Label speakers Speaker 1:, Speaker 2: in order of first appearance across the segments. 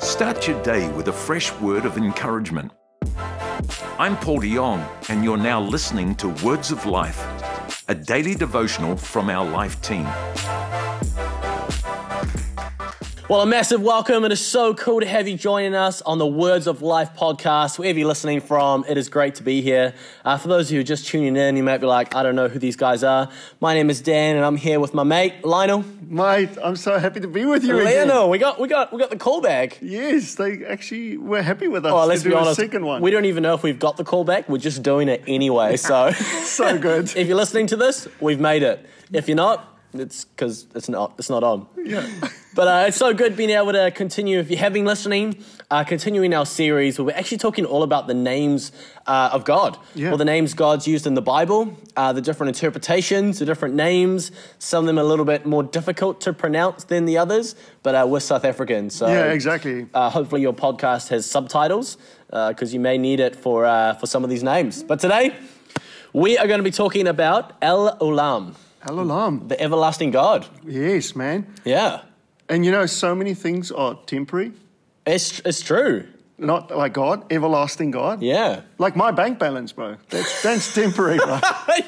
Speaker 1: Start your day with a fresh word of encouragement. I'm Paul de Jong, and you're now listening to Words of Life, a daily devotional from our life team.
Speaker 2: Well, a massive welcome. It is so cool to have you joining us on the Words of Life podcast. Wherever you're listening from, it is great to be here. Uh, for those of you who are just tuning in, you might be like, I don't know who these guys are. My name is Dan, and I'm here with my mate, Lionel.
Speaker 3: Mate, I'm so happy to be with you again.
Speaker 2: Lionel, we got, we, got, we got the call back.
Speaker 3: Yes, they actually were happy with us
Speaker 2: Well, Oh, let's
Speaker 3: to
Speaker 2: be
Speaker 3: do
Speaker 2: honest.
Speaker 3: a second one.
Speaker 2: We don't even know if we've got the call back. We're just doing it anyway. So
Speaker 3: so good.
Speaker 2: if you're listening to this, we've made it. If you're not, it's because it's not, it's not on.
Speaker 3: yeah.
Speaker 2: But uh, it's so good being able to continue. If you have been listening, uh, continuing our series where we're actually talking all about the names uh, of God,
Speaker 3: Yeah.
Speaker 2: well, the names God's used in the Bible, uh, the different interpretations, the different names. Some of them are a little bit more difficult to pronounce than the others, but uh, we're South African, so
Speaker 3: yeah, exactly.
Speaker 2: uh, hopefully your podcast has subtitles because you may need it for uh, for some of these names. But today we are going to be talking about El Olam,
Speaker 3: Al alarm.
Speaker 2: the everlasting God.
Speaker 3: Yes, man.
Speaker 2: Yeah,
Speaker 3: And you know, so many things are temporary.
Speaker 2: it's it's true.
Speaker 3: Not like God, everlasting God.
Speaker 2: Yeah.
Speaker 3: Like my bank balance, bro. That's, that's temporary, bro.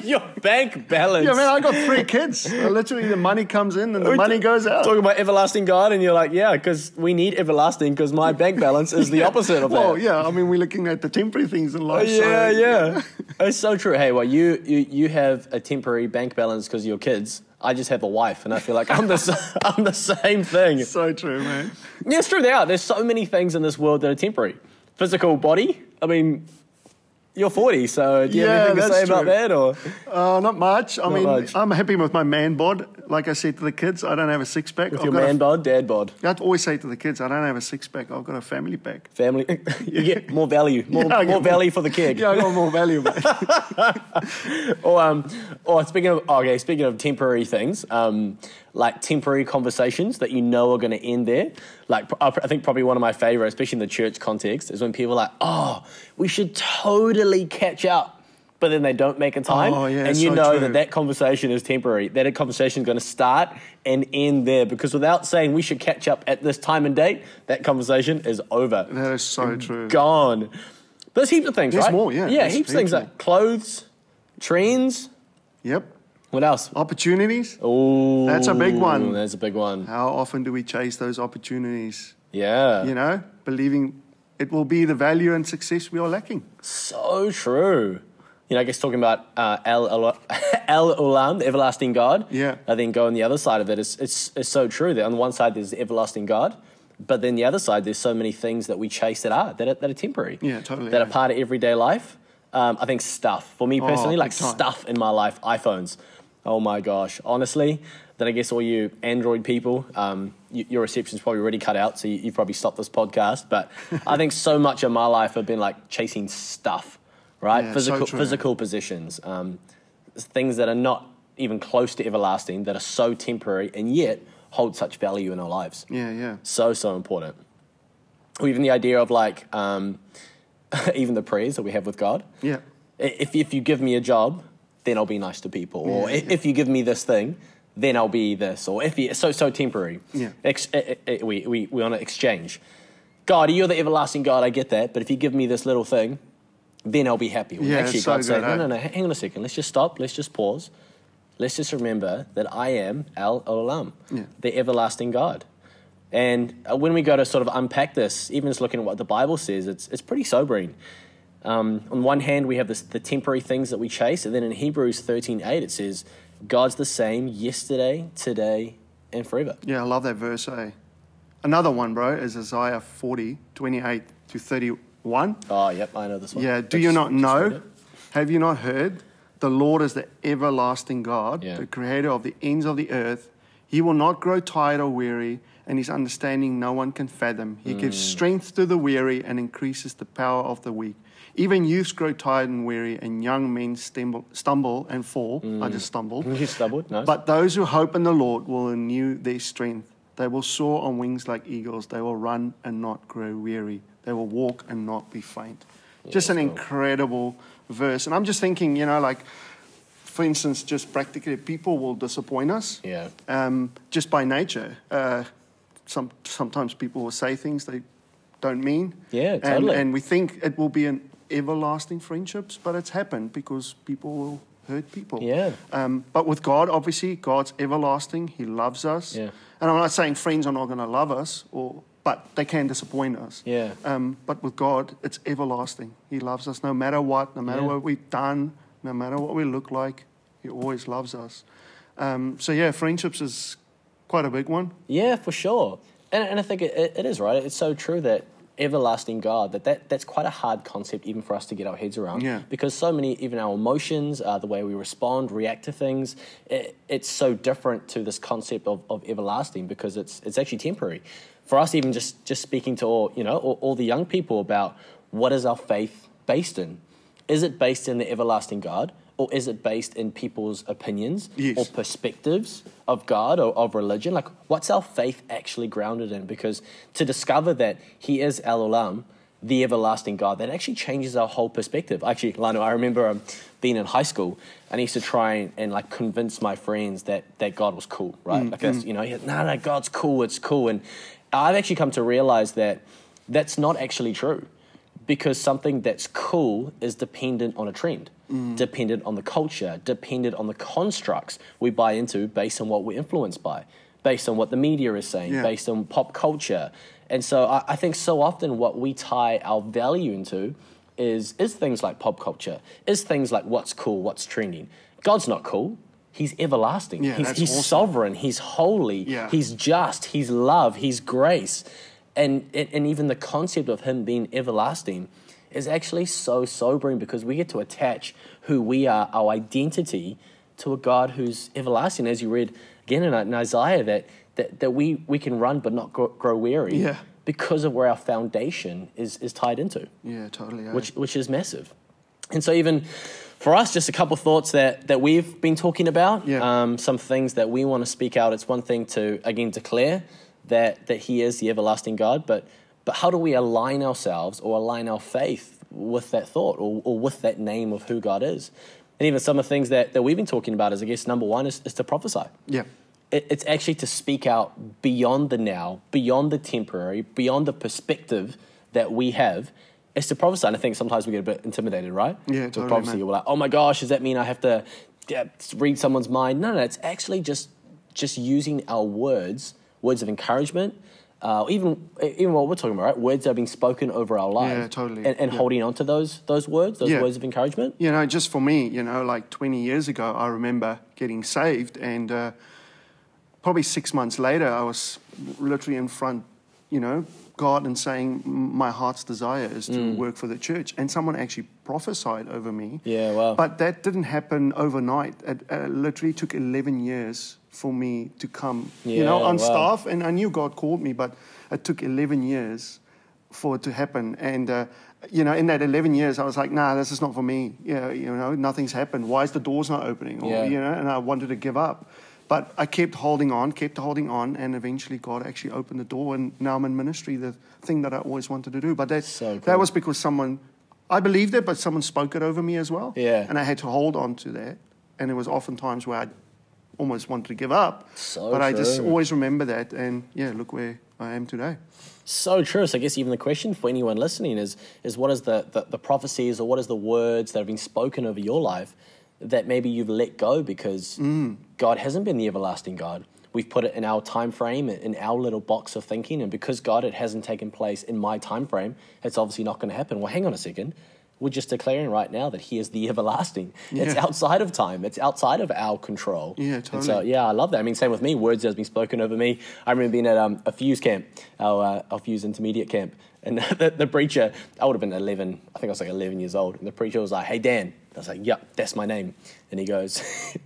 Speaker 2: Your bank balance.
Speaker 3: Yeah, man, I got three kids. Uh, Literally, the money comes in and the money goes out.
Speaker 2: Talking about everlasting God, and you're like, yeah, because we need everlasting, because my bank balance is the opposite of
Speaker 3: Well,
Speaker 2: that.
Speaker 3: yeah, I mean, we're looking at the temporary things in life. so-
Speaker 2: yeah, yeah. it's so true. Hey, well, you you you have a temporary bank balance because of your kids. I just have a wife, and I feel like I'm the s- I'm the same thing.
Speaker 3: So true, man.
Speaker 2: Yeah, it's true. They are. There's so many things in this world that are temporary. Physical body. I mean, you're 40, so do you
Speaker 3: Yeah,
Speaker 2: have anything to
Speaker 3: that's
Speaker 2: say about
Speaker 3: true.
Speaker 2: that? Or
Speaker 3: Uh, not much. I mean,
Speaker 2: much.
Speaker 3: I'm happy with my man bod. Like I said to the kids, I don't have a six pack. I've
Speaker 2: your
Speaker 3: got a-
Speaker 2: man bod, dad bod,
Speaker 3: I always say to the kids, I don't have a six pack. I've got a family pack.
Speaker 2: family. you get more value, more,
Speaker 3: Yeah, I get
Speaker 2: more
Speaker 3: more-
Speaker 2: value for the kid.
Speaker 3: Yeah, I got more value. mate.
Speaker 2: Or um, or speaking of okay, speaking of temporary things, um, like temporary conversations that you know are going to end there. Like I I think probably one of my favorite, especially in the church context, is when people are like, "Oh, we should totally catch up," but then they don't make a time,
Speaker 3: Oh, yeah,
Speaker 2: and you
Speaker 3: so
Speaker 2: know
Speaker 3: true.
Speaker 2: that that conversation is temporary. That a conversation is going to start and end there because without saying we should catch up at this time and date, that conversation is over
Speaker 3: that is so true.
Speaker 2: gone. There's heaps of things,
Speaker 3: There's
Speaker 2: right?
Speaker 3: more, yeah,
Speaker 2: Yeah,
Speaker 3: there's
Speaker 2: heaps of things
Speaker 3: heaps
Speaker 2: like clothes, trends.
Speaker 3: Yep.
Speaker 2: What else?
Speaker 3: Opportunities.
Speaker 2: Ooh,
Speaker 3: That's a big one.
Speaker 2: That's a big one.
Speaker 3: How often do we chase those opportunities?
Speaker 2: Yeah.
Speaker 3: You know, believing it will be the value and success we are lacking.
Speaker 2: So true. You know, I guess talking about uh, El El- El Ulam, the everlasting God.
Speaker 3: Yeah.
Speaker 2: And then go on the other side of it. It's, it's, it's so true that on the one side there's the everlasting God, but then the other side there's so many things that we chase that are that are, that are temporary.
Speaker 3: Yeah, totally,
Speaker 2: That are
Speaker 3: yeah. Oh,
Speaker 2: part of everyday life. Um, I think stuff for me personally,
Speaker 3: big
Speaker 2: like
Speaker 3: time.
Speaker 2: stuff in my life, iPhones. Oh my gosh, honestly. Then I guess all you Android people, um, y- your reception's probably already cut out, so you, you probably stopped this podcast. But I think so much of my life have been like chasing stuff, right?
Speaker 3: Yeah, so
Speaker 2: physical,
Speaker 3: true.
Speaker 2: physical positions, um, things that are not even close to everlasting, that are so temporary and yet hold such value in our lives
Speaker 3: Yeah, yeah.
Speaker 2: so so important or even the idea of like um, even the prayers that we have with god
Speaker 3: Yeah.
Speaker 2: I- if, if you give me a job then i'll be nice to people or
Speaker 3: Yeah,
Speaker 2: i- if you give me this thing then i'll be this or if you so so temporary
Speaker 3: Yeah.
Speaker 2: Ex- eh, eh, eh, we, we, we want to exchange god you're the everlasting god i get that but if you give me this little thing then i'll be happy Well,
Speaker 3: Yeah,
Speaker 2: actually
Speaker 3: so
Speaker 2: god said
Speaker 3: good,
Speaker 2: no no
Speaker 3: eh?
Speaker 2: no hang on a second let's just stop let's just pause let's just remember that I am Al Olam,
Speaker 3: Yeah.
Speaker 2: the everlasting God. And uh, when we go to sort of unpack this, even just looking at what the Bible says, it's, it's pretty sobering. Um, on one hand, we have this, the temporary things that we chase, and then in Hebrews thirteen eight, it says, God's the same yesterday, today, and forever.
Speaker 3: Yeah, I love that verse, eh? Another one, bro, is Isaiah 40, 28 to 31.
Speaker 2: Oh, yep, I know this one.
Speaker 3: Yeah, do
Speaker 2: Let's
Speaker 3: you not
Speaker 2: just read
Speaker 3: know?
Speaker 2: it.
Speaker 3: Have you not heard? The Lord is the everlasting God,
Speaker 2: Yeah.
Speaker 3: the creator of the ends of the earth. He will not grow tired or weary, and his understanding no one can fathom. He gives
Speaker 2: Hmm.
Speaker 3: strength to the weary and increases the power of the weak. Even youths grow tired and weary, and young men stumble, stumble and fall. I
Speaker 2: Hmm.
Speaker 3: just stumbled.
Speaker 2: You stumbled? Nice.
Speaker 3: But those who hope in the Lord will renew their strength. They will soar on wings like eagles. They will run and not grow weary. They will walk and not be faint. just an
Speaker 2: that's cool.
Speaker 3: incredible verse. And I'm just thinking, you know, like, for instance, just practically, people will disappoint us
Speaker 2: Yeah.
Speaker 3: um, just by nature. Uh, some, sometimes people will say things they don't mean.
Speaker 2: Yeah,
Speaker 3: And-
Speaker 2: totally.
Speaker 3: And, we think it will be an everlasting friendships, but it's happened because people will hurt people.
Speaker 2: Yeah.
Speaker 3: Um, but with God, obviously, God's everlasting. He loves us.
Speaker 2: Yeah.
Speaker 3: And I'm not saying friends are not going to love us, or but they can disappoint us.
Speaker 2: Yeah.
Speaker 3: Um, but with God, it's everlasting. He loves us no matter what, no matter
Speaker 2: Yeah.
Speaker 3: what we've done, no matter what we look like. He always loves us. Um, so yeah, friendships is quite a big one.
Speaker 2: Yeah, for sure. And, and I think it, it, it is right. It's so true that everlasting God, that, that that's quite a hard concept even for us to get our heads around.
Speaker 3: Yeah.
Speaker 2: Because so many, even our emotions, uh, the way we respond, react to things, it, it's so different to this concept of, of everlasting because it's, it's actually temporary. For us, even just, just speaking to all, you know, all, all the young people about what is our faith based in? Is it based in the everlasting God? Or is it based in people's opinions
Speaker 3: Yes.
Speaker 2: or perspectives of God or of religion? Like, what's our faith actually grounded in? Because to discover that He is El Olam, the everlasting God, that actually changes our whole perspective. Actually, Lano, I remember um, being in high school and I used to try and, and like convince my friends that, that God was cool, right? Like, that's, you know, no, no, God's cool, it's cool. And I've actually come to realize that that's not actually true because something that's cool is dependent on a trend,
Speaker 3: Mm.
Speaker 2: dependent on the culture, dependent on the constructs we buy into based on what we're influenced by, based on what the media is saying,
Speaker 3: Yeah.
Speaker 2: based on pop culture. And so I, I think so often what we tie our value into is, is things like pop culture, is things like what's cool, what's trending. God's not cool. He's everlasting.
Speaker 3: Yeah,
Speaker 2: he's
Speaker 3: that's
Speaker 2: he's
Speaker 3: awesome.
Speaker 2: sovereign. He's holy.
Speaker 3: Yeah.
Speaker 2: He's He's just, He's love, He's grace. And, and, and even the concept of Him being everlasting is actually so sobering because we get to attach who we are, our identity, to a God who's everlasting. As you read again in, in Isaiah, that, that, that we, we can run but not grow, grow weary
Speaker 3: Yeah.
Speaker 2: because of where our foundation is, is tied into
Speaker 3: Yeah, totally. eh?
Speaker 2: which which is massive. And so even for us, just a couple thoughts that that we've been talking about.
Speaker 3: Yeah.
Speaker 2: Um, some things that we want to speak out. It's one thing to again declare that that He is the everlasting God, but but how do we align ourselves or align our faith with that thought or, or with that name of who God is? And even some of the things that, that we've been talking about is I guess number one is, is to prophesy
Speaker 3: yeah.
Speaker 2: it, it's actually to speak out beyond the now, beyond the temporary, beyond the perspective that we have. It's to prophesy. And I think sometimes we get a bit intimidated, right?
Speaker 3: Yeah,
Speaker 2: With
Speaker 3: totally,
Speaker 2: prophecy.
Speaker 3: man.
Speaker 2: We're like, oh my gosh, does that mean I have to yeah, read someone's mind? No, no, it's actually just just using our words, words of encouragement, uh, even even what we're talking about, right? Words that are being spoken over our life.
Speaker 3: Yeah, totally.
Speaker 2: And, and
Speaker 3: Yeah.
Speaker 2: holding on to those those words, those
Speaker 3: Yeah.
Speaker 2: words of encouragement.
Speaker 3: You know, just for me, you know, like 20 years ago, I remember getting saved, and uh, probably six months later, I was literally in front, you know, God and saying, My heart's desire is to
Speaker 2: Mm.
Speaker 3: work for the church. And someone actually prophesied over me.
Speaker 2: Yeah, wow.
Speaker 3: But that didn't happen overnight. It, uh literally took 11 years for me to come, you know,
Speaker 2: Yeah,
Speaker 3: on
Speaker 2: wow.
Speaker 3: staff. And I knew God called me, but it took 11 years for it to happen. And, uh, you know, in that 11 years, I was like, nah, this is not for me. Yeah, you know, nothing's happened. Why is the doors not opening? Or,
Speaker 2: Yeah.
Speaker 3: you know, and I wanted to give up. But I kept holding on, kept holding on, and eventually God actually opened the door. And now I'm in ministry, the thing that I always wanted to do. But that,
Speaker 2: So cool.
Speaker 3: that was because someone, I believed it, but someone spoke it over me as well.
Speaker 2: Yeah.
Speaker 3: And I had to hold on to that. And there was often times where I almost wanted to give up.
Speaker 2: So
Speaker 3: but I just
Speaker 2: true.
Speaker 3: always remember that. And yeah, look where I am today.
Speaker 2: So true. So I guess even the question for anyone listening is is what is the, the, the prophecies or what is the words that have been spoken over your life that maybe you've let go because God hasn't been the everlasting God. We've put it in our time frame, in our little box of thinking, and because God it hasn't taken place in my time frame, it's obviously not going to happen. Well, hang on a second. We're just declaring right now that He is the everlasting. It's
Speaker 3: Yeah.
Speaker 2: outside of time. It's outside of our control.
Speaker 3: Yeah,
Speaker 2: And so,
Speaker 3: totally.
Speaker 2: yeah, I love that. I mean, same with me. Words that has been spoken over me. I remember being at um, a Fuse camp, our, uh, our Fuse intermediate camp, and the, the preacher, I would have been 11, I think I was like 11 years old, and the preacher was like, hey, Dan. I was like, yep, that's my name. And he goes,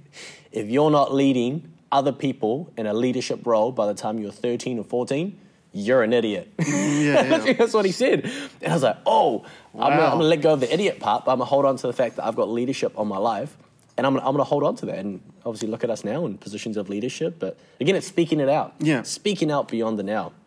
Speaker 2: if you're not leading other people in a leadership role by the time you're 13 or 14, you're an idiot.
Speaker 3: Yeah, yeah.
Speaker 2: That's what he said. And I was like, oh, I'm, gonna,
Speaker 3: Wow.
Speaker 2: I'm gonna let go of the idiot part, but I'm gonna hold on to the fact that I've got leadership on my life. And I'm gonna, I'm gonna hold on to that. And obviously, look at us now in positions of leadership. But again, it's speaking it out.
Speaker 3: Yeah.
Speaker 2: Speaking out beyond the now.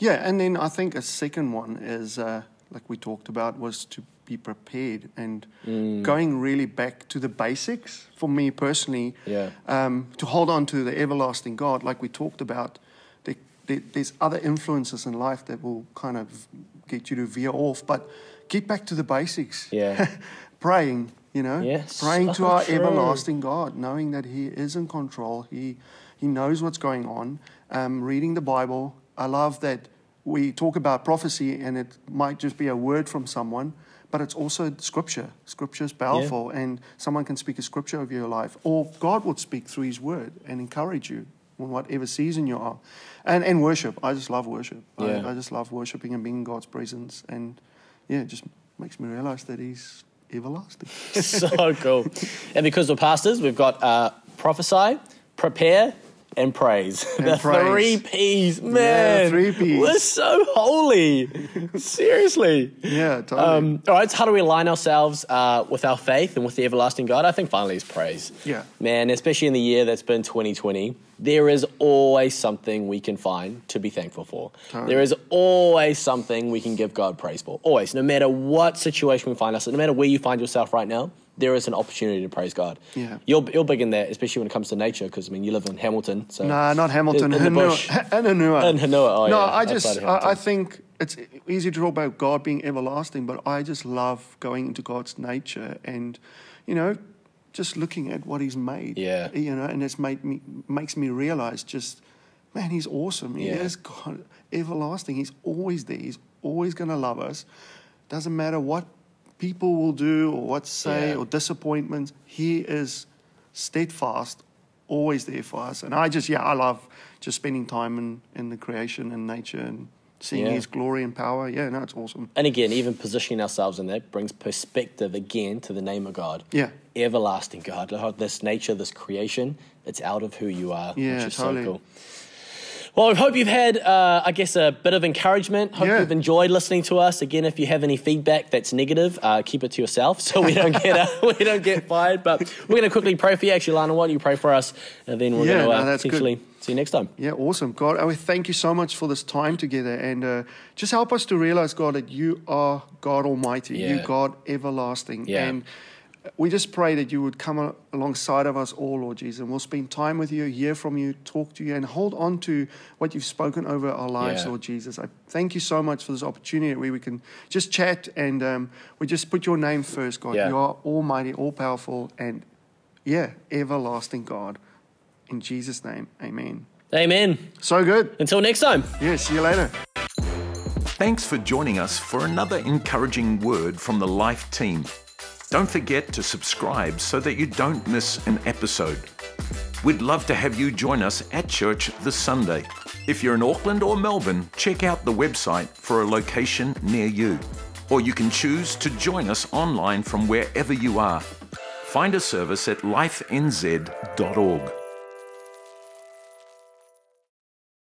Speaker 3: Yeah, and then I think a second one is uh, like we talked about was to be prepared and
Speaker 2: Mm.
Speaker 3: going really back to the basics for me personally.
Speaker 2: Yeah.
Speaker 3: Um, to hold on to the everlasting God, like we talked about, there there, there's other influences in life that will kind of get you to veer off. But get back to the basics.
Speaker 2: Yeah.
Speaker 3: praying, you know,
Speaker 2: Yes,
Speaker 3: praying
Speaker 2: so
Speaker 3: to our
Speaker 2: true.
Speaker 3: everlasting God, knowing that He is in control. He He knows what's going on. Um, reading the Bible. I love that we talk about prophecy, and it might just be a word from someone. But it's also scripture. Scripture is powerful, and someone can speak a scripture over your life, or God will speak through His Word and encourage you on whatever season you are, and and worship. I just love worship.
Speaker 2: Yeah.
Speaker 3: I, I just love worshiping and being in God's presence, and yeah, it just makes me realize that He's everlasting.
Speaker 2: so cool. And because we're pastors, we've got uh, prophesy, prepare, and praise. the
Speaker 3: praise.
Speaker 2: three P's, man.
Speaker 3: three Ps.
Speaker 2: We're so holy. Seriously.
Speaker 3: Yeah, totally.
Speaker 2: Um, all right, so how do we align ourselves uh, with our faith and with the everlasting God? I think finally is praise.
Speaker 3: Yeah.
Speaker 2: Man, especially in the year that's been 2020, there is always something we can find to be thankful for.
Speaker 3: Totally.
Speaker 2: There is always something we can give God praise for. Always. No matter what situation we find ourselves, no matter where you find yourself right now, there is an opportunity to praise God.
Speaker 3: Yeah.
Speaker 2: You're, you're big in there, especially when it comes to nature, because, I mean, you live in Hamilton. So
Speaker 3: Nah, not Hamilton.
Speaker 2: In, in the bush.
Speaker 3: Hanua. Hanua.
Speaker 2: In Hanua, oh,
Speaker 3: no,
Speaker 2: yeah,
Speaker 3: I
Speaker 2: outside
Speaker 3: just,
Speaker 2: of
Speaker 3: I, I
Speaker 2: Hamilton.
Speaker 3: think it's easy to talk about God being everlasting, but I just love going into God's nature and, you know, just looking at what He's made.
Speaker 2: Yeah.
Speaker 3: You know, and it's made me makes me realize just, man, He's awesome. He
Speaker 2: Yeah.
Speaker 3: is God, everlasting. He's always there. He's always going to love us. Doesn't matter what people will do or what say
Speaker 2: Yeah.
Speaker 3: or disappointments. He is steadfast, always there for us. And I just, yeah, I love just spending time in, in the creation and nature and seeing
Speaker 2: Yeah.
Speaker 3: His glory and power. Yeah, no, it's awesome.
Speaker 2: And again, even positioning ourselves in that brings perspective again to the name of God.
Speaker 3: Yeah.
Speaker 2: Everlasting God. Lord, This nature, this creation, it's out of who you are,
Speaker 3: Yeah,
Speaker 2: which is
Speaker 3: totally.
Speaker 2: so cool. Well, I hope you've had, uh, I guess, a bit of encouragement. Hope
Speaker 3: Yeah.
Speaker 2: you've enjoyed listening to us. Again, if you have any feedback that's negative, uh, keep it to yourself so we don't get uh, we don't get fired. But we're going to quickly pray for you. Actually, Lana, why don't you pray for us, and then we're
Speaker 3: Yeah,
Speaker 2: going to uh,
Speaker 3: no, that's good.
Speaker 2: potentially see you next time.
Speaker 3: Yeah, awesome. God, I would thank you so much for this time together. And uh, just help us to realize, God, that you are God Almighty. You,
Speaker 2: Yeah.
Speaker 3: God everlasting.
Speaker 2: Yeah.
Speaker 3: And uh, we just pray that you would come al- alongside of us all, Lord Jesus. And we'll spend time with you, hear from you, talk to you, and hold on to what you've spoken over our lives,
Speaker 2: Yeah.
Speaker 3: Lord Jesus. I thank you so much for this opportunity where we can just chat and um, we just put your name first, God.
Speaker 2: Yeah.
Speaker 3: You are almighty, all powerful, and yeah, everlasting God. In Jesus' name, amen.
Speaker 2: Amen.
Speaker 3: So good.
Speaker 2: Until next time.
Speaker 3: Yeah, see you later.
Speaker 1: Thanks for joining us for another encouraging word from the Life team. Don't forget to subscribe so that you don't miss an episode. We'd love to have you join us at church this Sunday. If you're in Auckland or Melbourne, check out the website for a location near you. Or you can choose to join us online from wherever you are. Find a service at lifenz.org.